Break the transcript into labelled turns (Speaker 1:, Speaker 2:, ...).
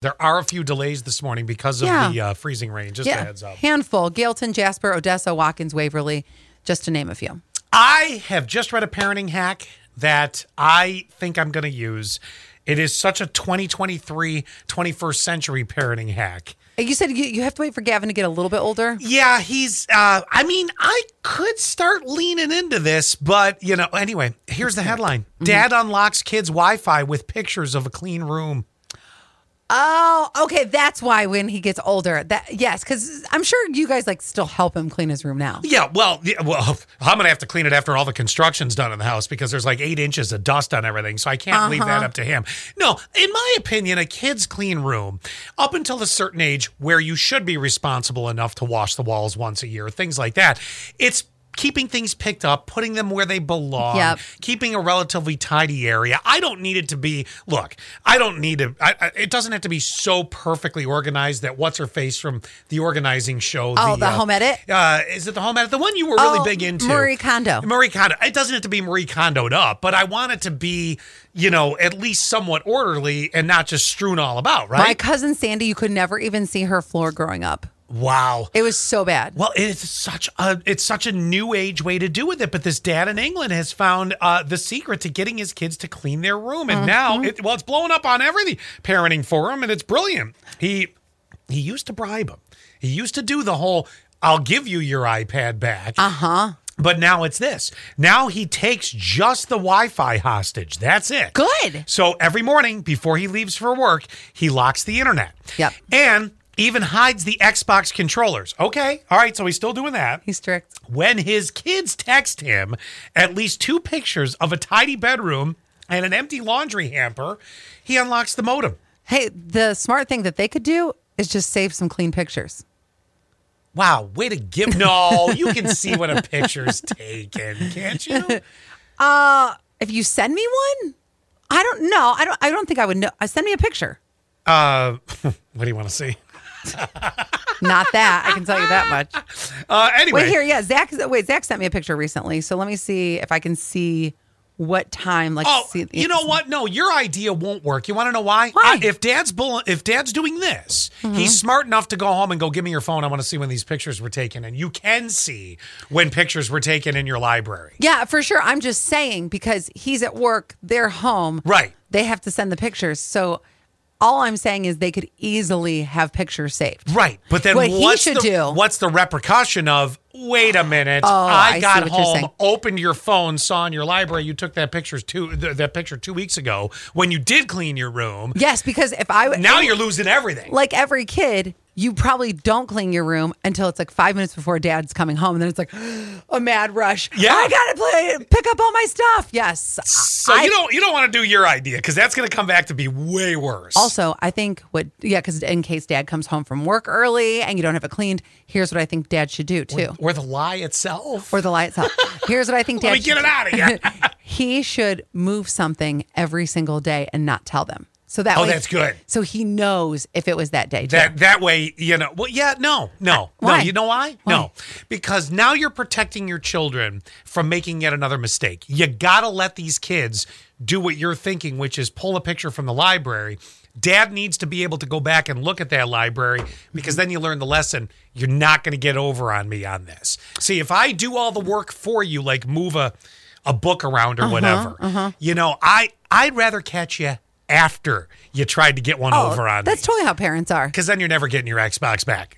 Speaker 1: There are a few delays this morning because of
Speaker 2: Yeah.
Speaker 1: the uh, freezing rain. Just a heads up.
Speaker 2: handful. Gailton, Jasper, Odessa, Watkins, Waverly, just to name a few.
Speaker 1: I have just read a parenting hack that I think I'm going to use. It is such a 2023, 21st century parenting hack.
Speaker 2: Uh, You said you, you have to wait for Gavin to get a little bit older.
Speaker 1: Yeah, he's. Uh, I mean, I could start leaning into this, but you know. Anyway, here's the headline: Dad unlocks kids' Wi-Fi with pictures of a clean room.
Speaker 2: Oh, okay. That's why when he gets older, that yes, because I'm sure you guys like still help him clean his room now.
Speaker 1: Yeah, well, yeah, well, I'm gonna have to clean it after all the construction's done in the house because there's like eight inches of dust on everything, so I can't leave
Speaker 2: Uh-huh.
Speaker 1: that up to him. No, in my opinion, a kid's clean room, up until a certain age where you should be responsible enough to wash the walls once a year, things like that, it's keeping things picked up, putting them where they belong,
Speaker 2: Yep.
Speaker 1: keeping a relatively tidy area. I don't need it to be. Look, I don't need to. I, I, it doesn't have to be so perfectly organized that what's her face from the organizing show.
Speaker 2: Oh, the home edit?
Speaker 1: Uh, is it the home edit? The one you were really
Speaker 2: Oh,
Speaker 1: big into.
Speaker 2: Marie Kondo.
Speaker 1: Marie Kondo. It doesn't have to be Marie Kondoed up, but I want it to be, you know, at least somewhat orderly and not just strewn all about,
Speaker 2: My
Speaker 1: right?
Speaker 2: cousin Sandy, you could never even see her floor growing up.
Speaker 1: wow.
Speaker 2: It was so bad.
Speaker 1: Well, it's such a it's such a new age way to do with it. But this dad in England has found uh, the secret to getting his kids to clean their room, and now it, well, it's blowing up on everything parenting forum, and it's brilliant. He he used to bribe him. He used to do the whole "I'll give you your iPad back." Uh huh. But now it's this. Now he takes just the Wi-Fi hostage. That's it.
Speaker 2: Good.
Speaker 1: So every morning before he leaves for work, he locks the internet.
Speaker 2: Yep.
Speaker 1: And even hides the Xbox controllers. Okay. All right. So he's still doing that.
Speaker 2: He's strict.
Speaker 1: When his kids text him at least two pictures of a tidy bedroom and an empty laundry hamper, he unlocks the modem.
Speaker 2: Hey, the smart thing that they could do is just save some clean pictures.
Speaker 1: Wow, way to give. No, you can see when a picture's taken, can't you?
Speaker 2: If you send me one, I don't know. I don't. I don't think I would know. Uh, Send me a picture.
Speaker 1: What do you want to see?
Speaker 2: Not that I can tell you that much.
Speaker 1: Uh, anyway.
Speaker 2: Wait here, yeah. Zach, wait. Zach sent me a picture recently, so let me see if I can see what time. Like,
Speaker 1: Oh,
Speaker 2: see,
Speaker 1: you know what? No, your idea won't work. You want to know why?
Speaker 2: Why?
Speaker 1: I- if dad's bull, if dad's doing this,
Speaker 2: Mm-hmm.
Speaker 1: he's smart enough to go home and go, "Give me your phone. I want to see when these pictures were taken." And you can see when pictures were taken in your library.
Speaker 2: Yeah, for sure. I'm just saying because he's at work, they're home,
Speaker 1: Right.
Speaker 2: They have to send the pictures. So all I'm saying is they could easily have pictures saved.
Speaker 1: Right, but then
Speaker 2: What he
Speaker 1: what's
Speaker 2: should
Speaker 1: the,
Speaker 2: do- Oh,
Speaker 1: What's the repercussion of? Wait a minute!
Speaker 2: I
Speaker 1: I
Speaker 2: see
Speaker 1: got
Speaker 2: what you're
Speaker 1: home,
Speaker 2: saying.
Speaker 1: opened your phone, saw in your library you took that pictures two th- that picture two weeks ago when you did clean your room.
Speaker 2: Yes, because if I would
Speaker 1: Now you're losing everything.
Speaker 2: like every kid, you probably don't clean your room until it's like five minutes before dad's coming home, and then it's like a mad rush.
Speaker 1: Yeah.
Speaker 2: I gotta play, pick up all my stuff. Yes.
Speaker 1: So
Speaker 2: I-
Speaker 1: you don't you don't want to do your idea because that's going to come back to be way worse.
Speaker 2: Also, I think what, yeah, because in case dad comes home from work early and you don't have it cleaned, here's what I think dad should do too.
Speaker 1: or the lie itself.
Speaker 2: Or the lights out. Here's what I think dad
Speaker 1: Let me
Speaker 2: should
Speaker 1: get it out of here.
Speaker 2: do. He should move something every single day and not tell them. So that
Speaker 1: Oh,
Speaker 2: way,
Speaker 1: that's good.
Speaker 2: So he knows if it was that day. Too.
Speaker 1: That that way, you know. Well, yeah, no, no,
Speaker 2: Why?
Speaker 1: no. You know why?
Speaker 2: Why?
Speaker 1: No, because now you're protecting your children from making yet another mistake. You gotta let these kids do what you're thinking, which is pull a picture from the library. Dad needs to be able to go back and look at that library because then you learn the lesson. You're not going to get over on me on this. See, if I do all the work for you, like move a a book around or
Speaker 2: Uh-huh,
Speaker 1: whatever, you know, I I'd rather catch you after you tried to get one
Speaker 2: Oh,
Speaker 1: over on me.
Speaker 2: that's totally how parents are.
Speaker 1: Because then you're never getting your Xbox back.